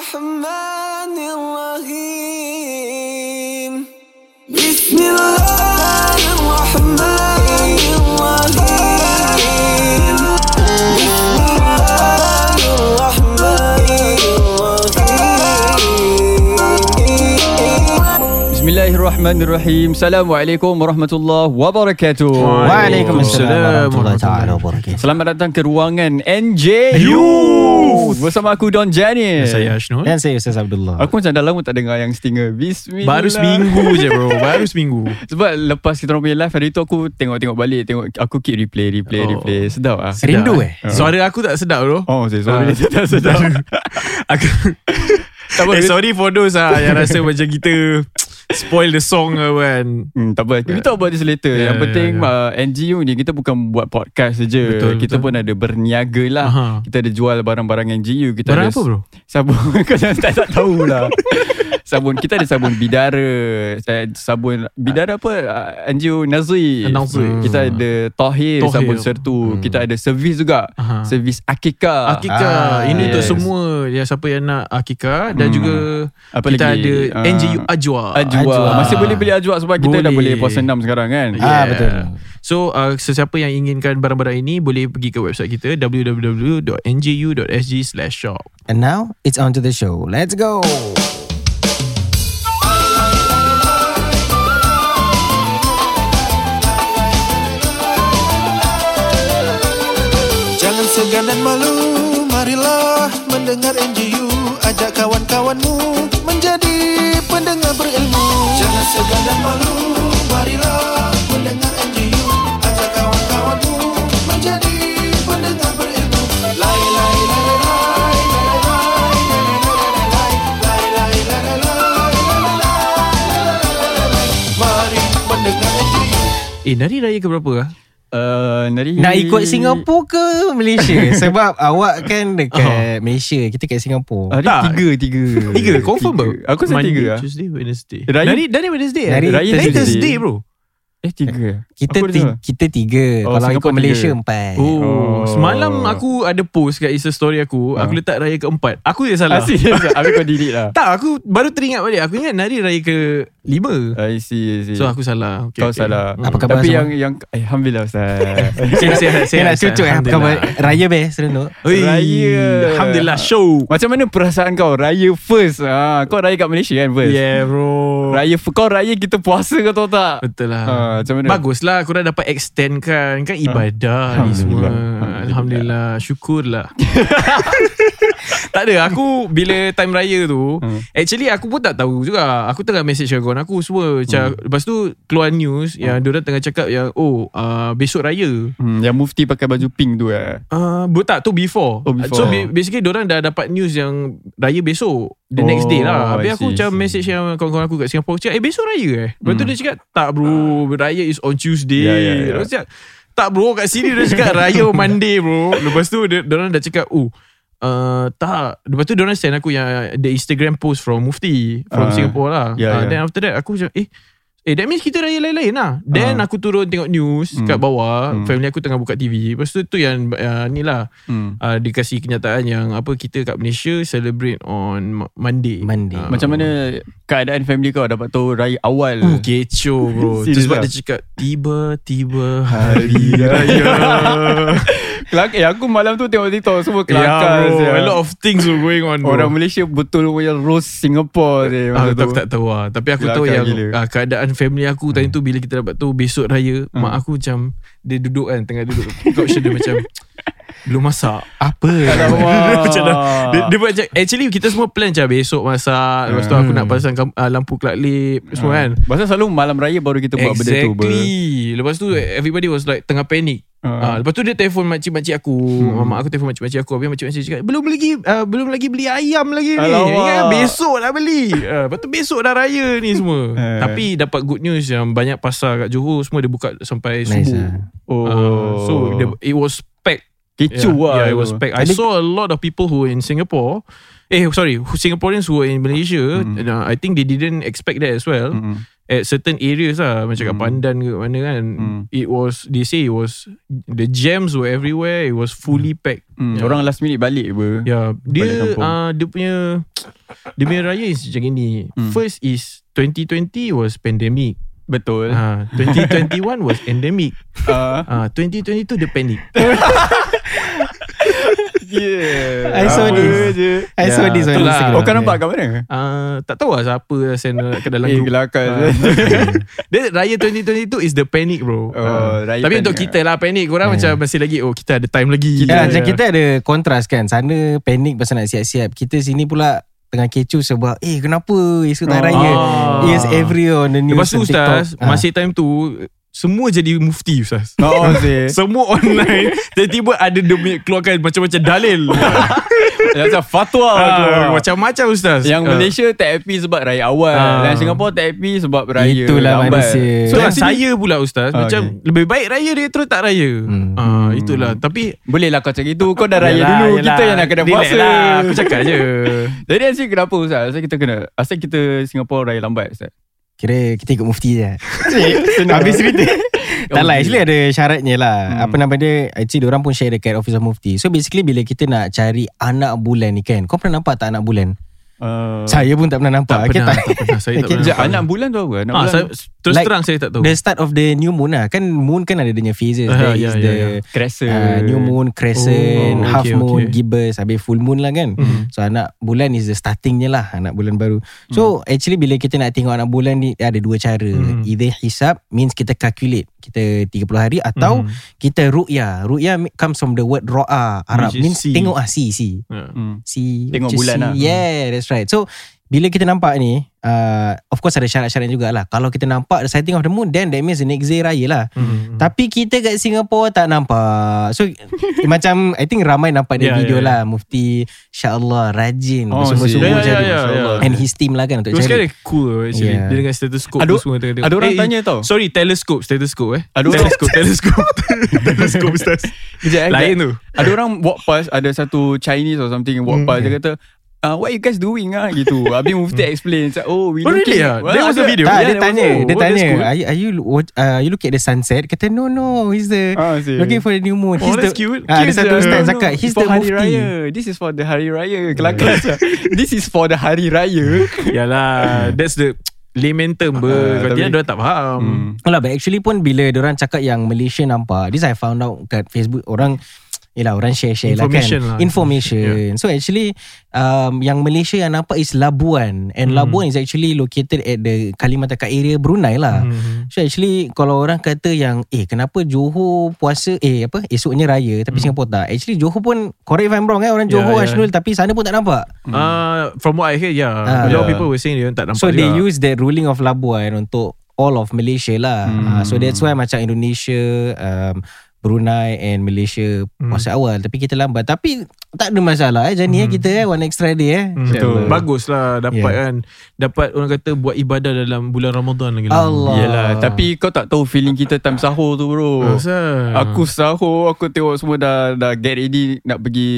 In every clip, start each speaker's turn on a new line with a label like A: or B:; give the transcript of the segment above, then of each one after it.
A: الرحمن الرحيم بسم الله الرحمن الرحيم بسم الله الرحمن الرحيم
B: Bismillahirrahmanirrahim. Assalamualaikum warahmatullahi wabarakatuh.
C: Waalaikumsalam warahmatullahi taala wabarakatuh.
B: Selamat datang ke ruangan NJU. Bersama aku Don Janis.
D: Saya Ashnul
C: Dan saya Ustaz Abdullah.
B: Aku macam dah lama tak dengar yang stinger. Bismillah.
D: Baru seminggu je bro Baru seminggu
B: Sebab lepas kita orang punya live hari tu aku tengok-tengok balik, tengok aku keep replay, replay,
D: Oh.
B: replay. Sedap ah.
C: Rindu eh?
D: Suara aku tak sedap bro
B: Oh, saya sorry.
D: Oh. Ah.
B: Tak sedap.
D: Aku
B: Tak apa.
D: Eh sorry for those lah Yang rasa macam kita Spoil the song ke kan
B: Hmm, tak apa. We talk about this later.
D: Yeah,
B: Yang
D: yeah,
B: penting
D: yeah.
B: Uh, NGU ni kita bukan buat podcast saja.
D: ya. Betul,
B: Kita
D: betul.
B: pun ada berniaga lah.
D: Aha.
B: Kita ada jual barang-barang NGU. Kita ada
D: Barang apa, bro?
B: Sabun. Kau jangan tak, tak tahu lah. sabun. Kita ada sabun bidara. Saya- Sabun bidara apa? Uh, NGU Nazri.
D: Nazri.
B: Hmm. Kita ada Tahir,
D: Tahir. Hmm.
B: sabun sertu. Kita ada servis juga.
D: Aha.
B: Servis akikah.
D: Akika
C: Ah,
D: Ini untuk
B: yes.
D: semua ya, Siapa yang nak Akika Dan
B: Hmm.
D: juga
B: Apa
D: Kita
B: lagi?
D: ada
B: Ah.
D: NGU Ajwa
B: Ajwa.
C: Ajwa.
B: Masih boleh beli ajwa sebab kita dah boleh
D: Boleh. Ya.
B: puasa enam sekarang kan.
C: Ah, betul.
D: So uh, sesiapa yang inginkan barang-barang ini Boleh pergi ke website kita www.ngu.sg shop
C: And now it's on to the show. Let's go.
E: Jangan segan dan malu Marilah mendengar NGU Ajak kawan-kawanmu Menjadi pendengar berilmu Jangan segan dan malu Marilah mendengar NGU Ajak kawan-kawanmu Menjadi pendengar berilmu Lai lai lai lai lai lai lai lai lai lai lai lai lai lai lai lai lai lai lai Mari mendengar NGU
D: Eh nari raya ke berapa lah?
B: Uh, nari...
C: Nak ikut Singapura ke Malaysia? Sebab awak kan dekat Malaysia, kita kat Singapura.
B: Hari Oh. tak. tiga, tiga.
D: Tiga confirm bro
B: Aku rasa tiga lah.
D: Tuesday Wednesday
B: Raya-
D: Dari dari Wednesday eh?
C: Dari
D: Dari
B: Thursday.
D: Thursday bro
B: Eh, tiga. eh?
C: Kita
B: Aku ada
C: ti-
B: dengar.
C: kita tiga.
B: Oh,
C: Kalau ikut
B: Singapura
C: Malaysia
B: tiga.
C: empat.
D: Oh,
B: Oh.
D: Semalam aku ada post kat Insta story aku Aku
B: Ah.
D: letak raya keempat Aku yang salah
B: Asyik. Habis kau delete lah.
D: Tak aku baru teringat balik Aku ingat nari raya ke lima
B: I see, I see.
D: So aku salah okay,
B: Kau
D: okay.
B: salah.
C: Apa khabar
B: Tapi
C: semua?
B: yang, yang... eh, Alhamdulillah, Ustaz.
D: Saya saya
C: Saya nak cucuk eh. Apa khabar? Raya best, seronok.
D: Ui,
B: Raya.
D: Alhamdulillah show
B: Macam mana perasaan kau? Raya first. Ha, kau raya kat Malaysia kan first?
D: Yeah bro
B: Raya, kau raya kita puasa kau tahu tak?
D: Betul lah
B: Ha, macam mana? Ah.
D: Baguslah korang dapat extend kan Kan ibadah ni semua
B: Alhamdulillah.
D: Alhamdulillah Syukurlah Tak ada Aku bila time raya tu
B: Hmm.
D: Actually aku pun tak tahu juga Aku tengah message kawan aku semua Macam
B: Hmm.
D: Lepas tu keluar news Yang diorang tengah cakap yang Oh uh, besok raya
B: Hmm, yang mufti pakai baju pink tu eh.
D: Uh, but tak tu before.
B: Oh, before.
D: So ba- basically orang dah dapat news yang raya besok the
B: Oh,
D: next day
B: I
D: lah. Habis aku
B: see,
D: macam
B: I see. Hmm.
D: message yang kawan-kawan aku kat Singapore cakap eh besok raya eh. Lepas tu dia cakap tak bro raya is on Tuesday.
B: Ya, ya, ya.
D: Lepas tu cakap tak bro kat sini dia cakap raya on Monday bro. Lepas tu dia orang dah cakap oh Uh, tak Lepas tu diorang send aku yang The Instagram post from Mufti
B: Ah.
D: From Singapore lah
B: Ya,
D: Ah,
B: ya.
D: Then after that aku macam Eh Eh that means kita raya lain-lain lah
B: Ah.
D: Then aku turun tengok news
B: Hmm.
D: Kat bawah
B: Hmm.
D: Family aku tengah buka TV Lepas tu tu yang uh, Ni lah
B: Hmm.
D: uh, dia kasi kenyataan yang apa kita kat Malaysia celebrate on Mo- Monday.
C: Monday.
D: Ah.
B: Macam mana keadaan family kau dapat tahu raya awal?
D: Uh, kecoh bro.
B: Serius
D: Itu sebab
B: lah.
D: dia cakap tiba-tiba
B: Hari
D: ya.
B: Raya. Kelak eh aku malam tu tengok TikTok semua kelakar.
D: yeah, Ya, bro,
B: sia.
D: a lot of things were going on bro.
B: Ya, Orang Malaysia betul punya roast Singapore je masa
D: Ah, aku
B: tu.
D: tak, tak tahu lah Tapi aku tahu
B: Kelakar
D: yang
B: gila. Hmm.
D: ah, Keadaan family aku Tadi tu bila kita dapat tahu Besok raya Mak aku macam Dia duduk kan Tengah duduk Couch dia macam Belum masak
C: Apa?
D: macam dah, dia, dia buat macam Actually kita semua plan macam Besok masak Lepas tu aku nak
B: Hmm.
D: pasang kam- ah, Lampu kelak lip Semua kan
B: Pasal Ah. selalu malam raya baru Hmm. kita buat benda tu. ber-
D: Exactly. Lepas tu everybody was like tengah panic.
B: Ah.
D: Uh. lepas tu dia telefon makcik-makcik aku hmm. Mak aku telefon makcik-makcik aku Habis makcik-makcik cakap Belum lagi uh, Belum lagi beli ayam lagi ni
B: Alamak.
D: Ingat kan, Besok nak beli uh, Lepas tu besok dah raya ni semua
B: Eh.
D: Tapi dapat good news Yang banyak pasar kat Johor Semua dia buka sampai
C: Nice
D: subuh
C: lah.
B: Oh.
D: Ah, So the- it was packed
B: kecoh
D: yeah,
B: lah.
D: yeah, it was packed. I
C: Jadi-
D: saw a lot of people who were in Singapore. Eh, sorry, who Singaporeans who were in Malaysia.
B: Hmm.
D: And, uh, I think they didn't expect that as well.
B: Mm-mm.
D: At certain areas lah, macam
B: Hmm.
D: kat Pandan ke mana kan. It was, they say it was, the jams were everywhere. It was fully packed.
B: Mm. Hmm, Orang last minute balik ber.
D: Yeah,
B: Balik
D: dia
B: kampung.
D: uh, dia punya Dia punya raya is macam gini.
B: Hmm.
D: First is 2020 was pandemic.
B: Betul.
D: Ah, 2021 was endemic.
B: Uh,
D: Ah, 2022 the panic.
B: yeah.
C: I saw
B: Apa
C: this.
B: je.
C: I saw
D: Ya,
C: this on
D: betul lah.
C: Instagram.
B: Oh kau nampak kat mana?
D: Ah, tak tahu lah siapa lah send ke dalam
B: Eh
D: group.
B: kelakar
D: Ah. Dia raya 2022 is the panic
B: Oh,
D: bro. Ah.
B: raya
D: Tapi
B: panic
D: untuk
B: ah.
D: kita lah panic. Korang macam masih lagi oh kita ada time lagi. Ah,
C: Ya, macam kita ada kontras kan. Sana panik pasal nak siap-siap. Kita sini pula tengah kecoh sebab eh kenapa esok tak
B: Oh.
C: raya.
D: Ah.
C: Yes every year on the news
D: Eh, Lepas tu
C: and TikTok. Ah.
D: Ustaz, masih time tu semua jadi mufti Ustaz.
B: Oh sih.
D: Semua online Tiba-tiba ada dia punya Keluarkan macam-macam dalil
B: Macam fatwa tu.
D: Ah, Macam-macam ustaz
B: Yang
D: Ah.
B: Malaysia tak happy sebab raya awal.
D: Ah.
B: Yang Singapura tak happy sebab raya
C: Itulah
B: lambat.
C: manusia.
D: So
B: So
D: yang
B: actually,
D: saya pula ustaz
B: Ah,
D: Macam lebih baik raya Dia terus tak raya
C: Hmm.
D: Ah, Itulah Tapi
B: bolehlah kau cakap itu. Kau dah raya
D: Yelah,
B: dulu.
D: yelah.
B: Kita yang nak kena
D: Relax
B: puasa.
D: lah, Aku cakap je
B: Jadi asal kenapa Ustaz? Asal kita kena Asal kita Singapura raya lambat Ustaz?
C: Kira kita ikut mufti je
D: Eh,
C: Habis cerita Tak lah actually ada syaratnya lah
B: Hmm.
C: Apa nama dia Actually orang pun share dekat Office of Mufti So basically bila kita nak cari Anak bulan ni kan Kau pernah nampak tak anak bulan
B: Uh,
C: Saya pun tak pernah
D: Oh.
C: nampak
D: Tak
C: Kita
D: pernah Tak pernah Saya tak pernah
C: Okay,
B: Sekejap
D: nampak.
B: anak bulan tu apa? Anak
D: Ah,
B: bulan
D: saya, Terus
C: Like,
D: terang saya tak tahu
C: The start of the new moon lah Kan moon kan ada dia punya phases
D: Ah, ya,
C: There is
D: ya,
C: the
B: Crescent
C: uh,
D: Ah,
C: New moon,
D: Oh,
C: crescent, half
D: okay,
C: moon,
D: okay.
C: gibbous Habis full moon lah kan
D: Hmm.
C: So anak bulan is the startingnya lah Anak bulan baru So actually bila kita nak tengok anak bulan ni Ada dua cara
D: Hmm.
C: Either hisap means kita calculate Kita 30 hari
D: Hmm.
C: Atau kita ru'ya Ru'ya mi- comes from the word ro'a Arab
D: Which is
C: Means
D: see.
C: tengok ah see see
D: Ah.
B: hmm.
C: see
B: Tengok
C: which is
B: bulan
C: see.
B: lah.
C: Yeah that's right So bila kita nampak ni uh, Of course ada syarat-syarat jugalah Kalau kita nampak the sighting of the moon Then that means the next day raya lah
D: Hmm.
C: tapi kita kat Singapura tak nampak. So eh, macam I think ramai nampak
D: Ya,
C: dia yeah, video
D: ya,
C: yeah. lah Mufti InsyaAllah rajin
B: Oh,
C: oh, bersungguh-sungguh
D: see. Ya, ya,
C: cari.
D: ya, ya.
C: And his team lah kan untuk
D: Terus
C: cari.
D: kan cool actually
C: Yeah.
D: Dia dengan stethoscope
B: Ada-
D: tu semua tengah tengok.
B: ada orang
D: Eh,
B: tanya tau.
D: Sorry telescope Stethoscope eh
B: Ada orang-
D: Telescope Telescope Telescope ustaz
B: Kejap, eh,
D: Lain
B: kejap.
D: tu
B: Ada orang walk past Ada satu Chinese or something Walk past Dia kata Uh, what you guys doing ah gitu Habis Mufti explain It's like, Oh we
D: Oh, really
B: looking-
D: ah?
B: Well,
D: There was a
B: ada-
D: video?
C: Tak,
B: Yeah,
C: dia
B: there was
C: tanya,
B: a-
C: dia
B: Oh, that's
C: tanya,
B: cool.
C: are, you- are you watch- uh, you look at the sunset? Kata no no, he's the
B: Ah, see.
C: looking for the new moon.
D: Oh,
C: He's
D: that's
C: the,
D: cute.
C: Ah, ada
B: Cute
C: satu
B: je.
C: ustaz
B: No, no,
C: cakap, he's
B: uh, for
C: the
B: Hari
C: mufti.
B: Raya. This is for the Hari Raya Kelakar sia. This is for the Hari Raya
D: Yalah That's the Layman term ber
B: Ah,
D: Kalau
B: tapi-
D: tidak diorang tak faham
B: Hmm.
C: Alah, Lah, but actually pun bila orang cakap yang Malaysia nampak, this I found out kat Facebook orang Yelah orang share-share lah kan
D: Information lah.
C: Information So actually um, Yang Malaysia yang nampak Is
D: Hmm.
C: Labuan And Labuan is actually Located at the Kalimantan Kat area Brunei lah
D: Hmm.
C: So actually Kalau orang kata yang Eh kenapa Johor puasa Eh apa Esoknya raya Tapi Singapura tak Actually Johor pun Correct if I'm wrong kan Orang
D: Hmm. Yeah,
C: Johor
D: yeah.
C: Ashnul Tapi sana pun tak nampak
D: Ah, From what I hear yeah.
C: Ah.
D: A
B: Yeah.
D: lot of people were saying Dia tak nampak
C: So
D: juga
C: they use that ruling of Labuan untuk all of Malaysia lah.
B: Hmm.
C: Hmm. so that's why macam Indonesia, um, Brunei and Malaysia
D: Hmm.
C: puasa awal tapi kita lambat. Tapi tak ada masalah eh Jani eh
D: Hmm.
C: kita eh one extra day eh.
D: Hmm.
B: Betul.
D: Bagus lah Dapat
C: Yeah.
D: kan Dapat orang kata Buat ibadah dalam bulan Ramadan lagi lah.
C: Allah.
B: Hmm. Yelah Tapi kau tak tahu feeling kita Time sahur tu
D: Ah,
B: bro
D: Asal?
B: Aku sahur Aku tengok semua dah Dah get ready Nak pergi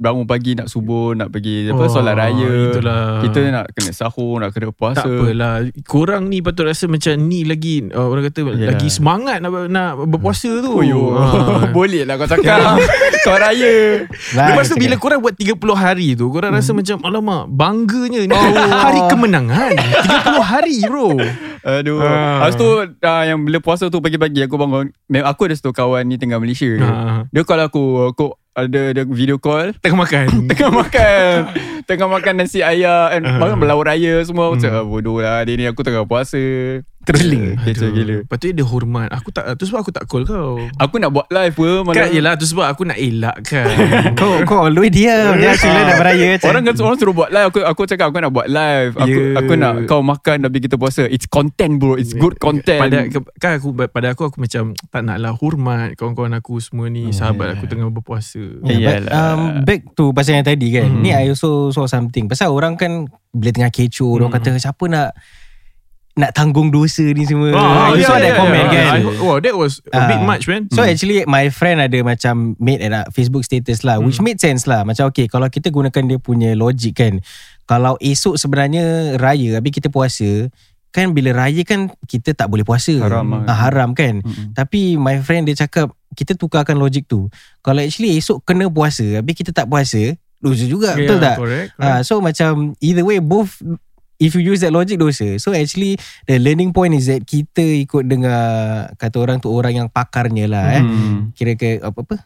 B: Bangun pagi Nak subuh Nak pergi apa
D: Oh,
B: Solat raya
D: itulah.
B: Kita nak kena sahur Nak kena puasa
D: tak apalah Korang ni patut rasa macam ni lagi uh, Orang kata
B: Yelah.
D: Lagi semangat nak, nak berpuasa tu
B: Oh, yo.
D: Ah. Ya.
B: Boleh lah kau cakap Kau raya
C: Lah,
D: Lepas tu
C: cakap.
D: bila korang buat 30 hari tu Korang rasa macam Alamak bangganya ni Hari kemenangan 30 hari bro
B: Aduh
D: Ah.
B: Lepas tu ah, Yang bila puasa tu Pagi-pagi aku bangun Memang aku ada satu kawan Ni tengah Malaysia
D: Ah.
B: Dia call aku Aku ada dia video call
D: Tengah makan
B: Tengah makan Tengah makan nasi ayam
D: Ah.
B: And makan berlaut raya semua Aku
D: Hmm.
B: cakap "Ah, bodoh lah Dia ni aku tengah puasa Terling Kecil gila
D: Lepas tu dia hormat Aku tak Tu sebab aku tak call kau
B: Aku nak buat live pun malam.
D: Kan yelah tu sebab aku nak elak kan
C: kau kau all the way diam dia sila dah beraya macam.
B: Orang kata orang suruh buat live aku aku cakap aku nak buat live. Aku
D: Yeah.
B: aku nak kau makan tapi kita puasa. It's content bro. It's good content.
D: Ya. pada ke- kan aku pada aku aku macam tak naklah hormat kawan-kawan aku semua ni sahabat aku tengah berpuasa.
C: Yeah, but,
B: Iyalah.
C: um, back to pasal yang tadi kan
D: Hmm.
C: Ni I also saw something Pasal orang kan Bila tengah kecoh
D: Hmm.
C: Orang kata siapa nak Nak tanggung dosa ni semua
D: Ah,
C: You
D: yeah,
C: saw that
D: yeah,
C: comment
D: yeah.
C: kan
D: I, wow, that was a bit
C: Ah.
D: much man.
C: So
B: Hmm.
C: actually my friend ada macam made a Facebook status lah
B: Hmm.
C: which made sense lah. Macam okay kalau kita gunakan dia punya logic kan. Kalau esok sebenarnya raya habis kita puasa kan bila raya kan kita tak boleh puasa.
B: Haram lah.
C: ah, haram kan.
B: Mm-mm.
C: Tapi my friend dia cakap kita tukarkan logik tu. Kalau actually esok kena puasa habis kita tak puasa dosa juga
B: Ya,
C: yeah, betul tak
D: Correct, correct.
C: ha, so macam either way both if you use that logic dosa so actually the learning point is that kita ikut dengar kata orang tu orang yang pakarnya lah eh
B: Hmm.
C: kira ke apa apa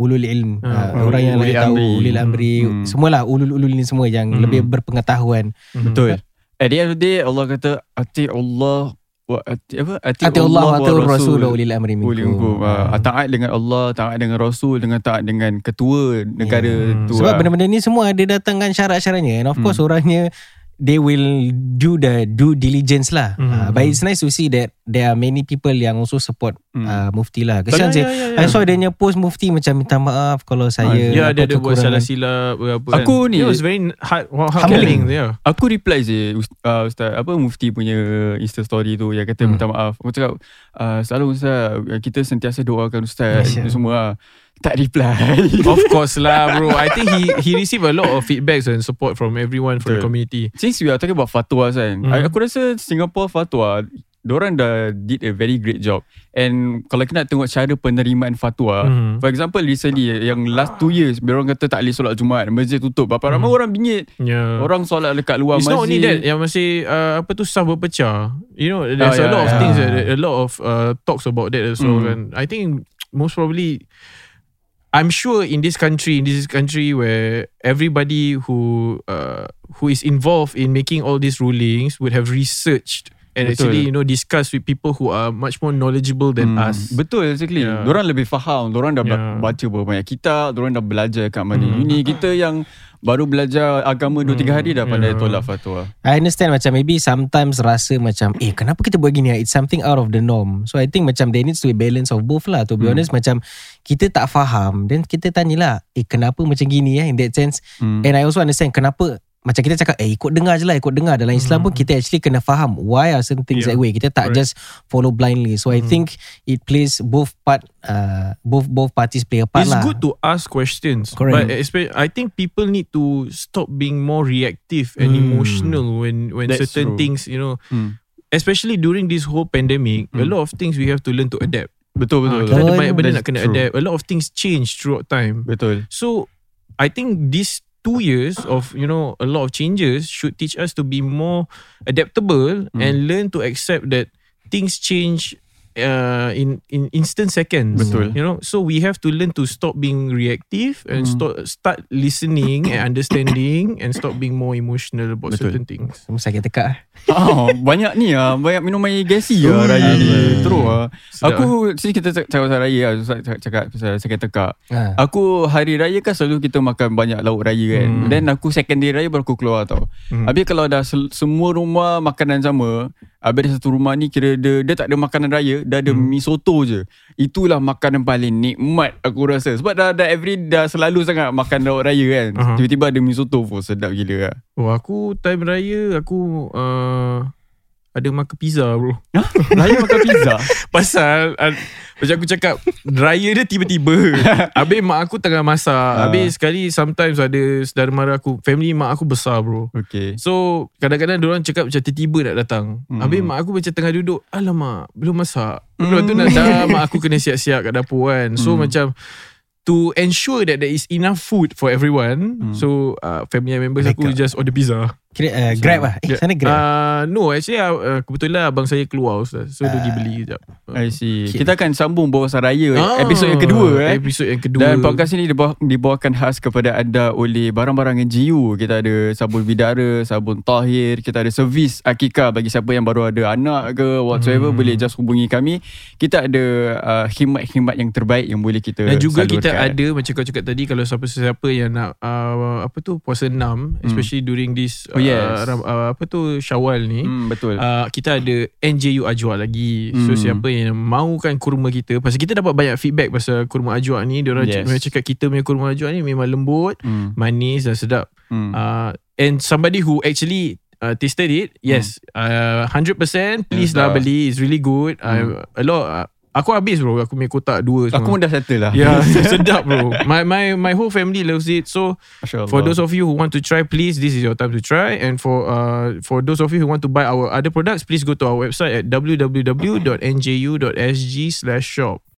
C: ulul ilm
D: Ah,
C: ha, orang yang
B: ulul
C: lebih tahu
B: amri.
C: ulul amri
B: Hmm.
C: semualah ulul-ulul ni semua yang
D: Hmm.
C: lebih berpengetahuan
B: Betul. At the end of the day Allah kata ati Allah wa ati apa ati,
C: Ati Allah wa atiur rasul Hmm. wa
B: ulil
C: ulil amri
B: minkum.
C: minkum.
B: Ah, taat dengan Allah, taat dengan Rasul, dengan taat dengan ketua negara
D: Hmm.
B: tu.
C: Sebab
B: ah.
C: benda-benda ni semua ada datangkan syarat-syaratnya and of course orangnya they will do the due diligence lah.
D: Hmm.
C: Uh, but it's nice to see that there are many people yang also support
B: Hmm.
C: uh, Mufti lah.
D: Kalau-
C: Kesian saya.
D: ya, ya, ya.
C: I saw dia punya post Mufti macam minta maaf kalau saya
D: Ya dia
C: apa
D: ada buat
C: kekurangan.
D: salah silap apa
B: Aku
D: kan.
B: ni-
D: It was very hard, hard humbling.
C: Humbling.
D: Yeah.
B: Aku reply je Ust- uh, Ustaz apa Mufti punya Insta story tu yang kata hmm.
C: Hmm.
B: minta maaf. Aku cakap uh, selalu Ustaz kita sentiasa doakan Ustaz
C: Masya
B: itu semua lah. Tak reply.
D: Of course lah bro I think he he received a lot of feedbacks and support from everyone from the
B: Betul.
D: community
B: Since we are talking about fatwa kan
D: Mhm.
B: mm. Aku rasa Singapore fatwa Diorang dah did a very great job And kalau kita nak tengok cara penerimaan fatwa
D: Mhm.
B: mm. For example recently Yang last two years Diorang kata tak boleh solat Jumaat Masjid tutup Berapa ramai orang bingit
D: Mm-hmm. Yeah
B: Orang solat dekat luar
D: It's
B: masjid
D: not only that Yang masih uh, Apa tu Sah berpecah You know
B: Ah,
D: There's a
B: yeah,
D: lot of
B: yeah.
D: things that, A lot of uh, Talks about that as well
B: Mm.
D: And I think Most probably I'm sure in this country In this country Where everybody Who uh, Who is involved In making all these rulings Would have researched And
B: Betul.
D: actually You know Discussed with people Who are much more knowledgeable Than
B: Hmm,
D: us
B: Betul exactly
D: Mm. Yeah.
B: yeah. Diorang lebih faham Diorang dah
D: Yeah. Mm-hmm.
B: yeah. baca berapa banyak kitab Diorang dah belajar kat mana mm. Ini kita yang Baru belajar agama 2-3 hari dah Pandai
D: yeah.
B: tolak fatwa
C: I understand macam maybe sometimes rasa macam eh kenapa kita buat gini ah? it's something out of the norm so I think macam there needs to be balance of both lah to be hmm. honest macam kita tak faham then kita tanyalah eh kenapa macam gini ya in that sense
B: Hmm.
D: Mm.
C: and I also understand kenapa macam kita cakap eh ikut dengar je lah ikut dengar dalam Islam pun kita actually kena faham why are certain things
D: Hmm. Yeah. Hmm.
C: that way kita tak
D: Correct.
C: just follow blindly so I think it plays both part uh, both both parties play a part
D: It's
C: lah
D: good to ask questions.
C: Correct.
D: But espe- I think people need to stop being more reactive and
C: Hmm.
D: emotional when when
B: That's
D: certain
B: true.
D: things, you know,
B: Hmm.
D: especially during this whole pandemic, a
B: Hmm.
D: lot of things we have to learn to adapt.
B: Betul betul,
D: Ah,
B: betul.
D: kita ada
C: Betul.
D: banyak benda
B: That's
D: nak kena
B: true.
D: adapt. A lot of things change throughout time.
B: Betul
D: So I think these two years of you know a lot of changes should teach us to be more adaptable and learn to accept that things change uh, in in instant seconds.
B: Betul.
D: You know, so we have to learn to stop being reactive and stop start listening and understanding and stop being more emotional about
B: Betul.
D: certain things.
C: Semua sakit tekak lah.
B: Ah, banyak ni ah, banyak minum air gasi ah raya ni. Teruk ah.
D: Sedap,
B: Aku sini kita cak- cakap pasal raya ah, Ustaz cak- cakap pasal sakit tekak.
C: Ah.
B: Aku hari raya kan selalu kita makan banyak lauk raya kan. Then aku second day raya baru aku keluar tau. Habis kalau dah sel- semua rumah makanan sama, habis ada satu rumah ni kira dia dia tak ada makanan raya, dia ada mi soto je. Itulah makanan paling nikmat aku rasa. Sebab dah dah every dah selalu sangat makan lauk raya kan.
D: Aha.
B: Tiba-tiba ada mi soto pun sedap gila ah.
D: Oh, aku time raya aku uh, ada makan pizza bro.
B: Raya makan pizza.
D: Pasal uh, Macam aku cakap Raya dia tiba-tiba Habis mak aku tengah masak
B: Ah.
D: Habis sekali Sometimes ada Saudara mara aku Family mak aku besar bro
B: Okay.
D: So Kadang-kadang orang cakap Macam tiba-tiba nak datang
B: Hmm.
D: Habis mak aku macam tengah duduk Alamak Belum masak Lepas tu nak dah Mak aku kena siap-siap kat dapur kan So
B: Hmm.
D: macam To ensure that there is enough food for everyone
B: Hmm.
D: So uh, family members aku just order pizza
C: Kira, uh, grab lah eh
D: Yeah.
C: sana grab
D: Uh, no actually uh, Kebetulan abang saya keluar Ustaz So
B: Ah.
D: dia pergi beli kejap
B: I see.
C: Okay.
B: Kita akan sambung bawa saraya
D: Hmm. Ah,
B: ah, episod Eh, yang kedua eh.
D: Episod yang kedua.
B: Dan podcast ini dibawa, dibawakan khas kepada anda oleh barang-barang NGU. Kita ada sabun bidara, sabun tahir, kita ada servis akikah bagi siapa yang baru ada anak ke whatsoever
D: Hmm.
B: boleh just hubungi kami. Kita ada uh, khidmat-khidmat yang terbaik yang boleh kita
D: dan juga
B: salurkan.
D: kita ada macam kau cakap tadi kalau siapa-siapa yang nak uh, apa tu puasa 6 especially during this
B: Hmm. Oh, yes.
D: uh, Ram- uh, apa tu Syawal ni.
B: hmm, betul. Uh,
D: Uh, kita ada NJU Ajwa lagi
B: Hmm.
D: So siapa yang mahukan kurma kita Pasal kita dapat banyak feedback Pasal kurma Ajwa ni Diorang yes.
B: Yes.
D: cakap kita punya kurma Ajwa ni Memang lembut
B: hmm,
D: Manis dan sedap
B: hmm.
D: uh, and somebody who actually uh, tasted it
B: Hmm.
D: yes uh, 100% please
B: Yes lah.
D: lah beli it's really good uh, a lot uh, aku habis bro aku punya kotak dua
B: Hmm. Aku pun dah
D: semua
B: settle lah.
D: Yeah, sedap bro. My my my whole family loves it. So
B: Masya
D: for
B: Allah.
D: those of you who want to try, please this is your time to try. And for uh for those of you who want to buy our other products, please go to our website at www.nju.sg/shop.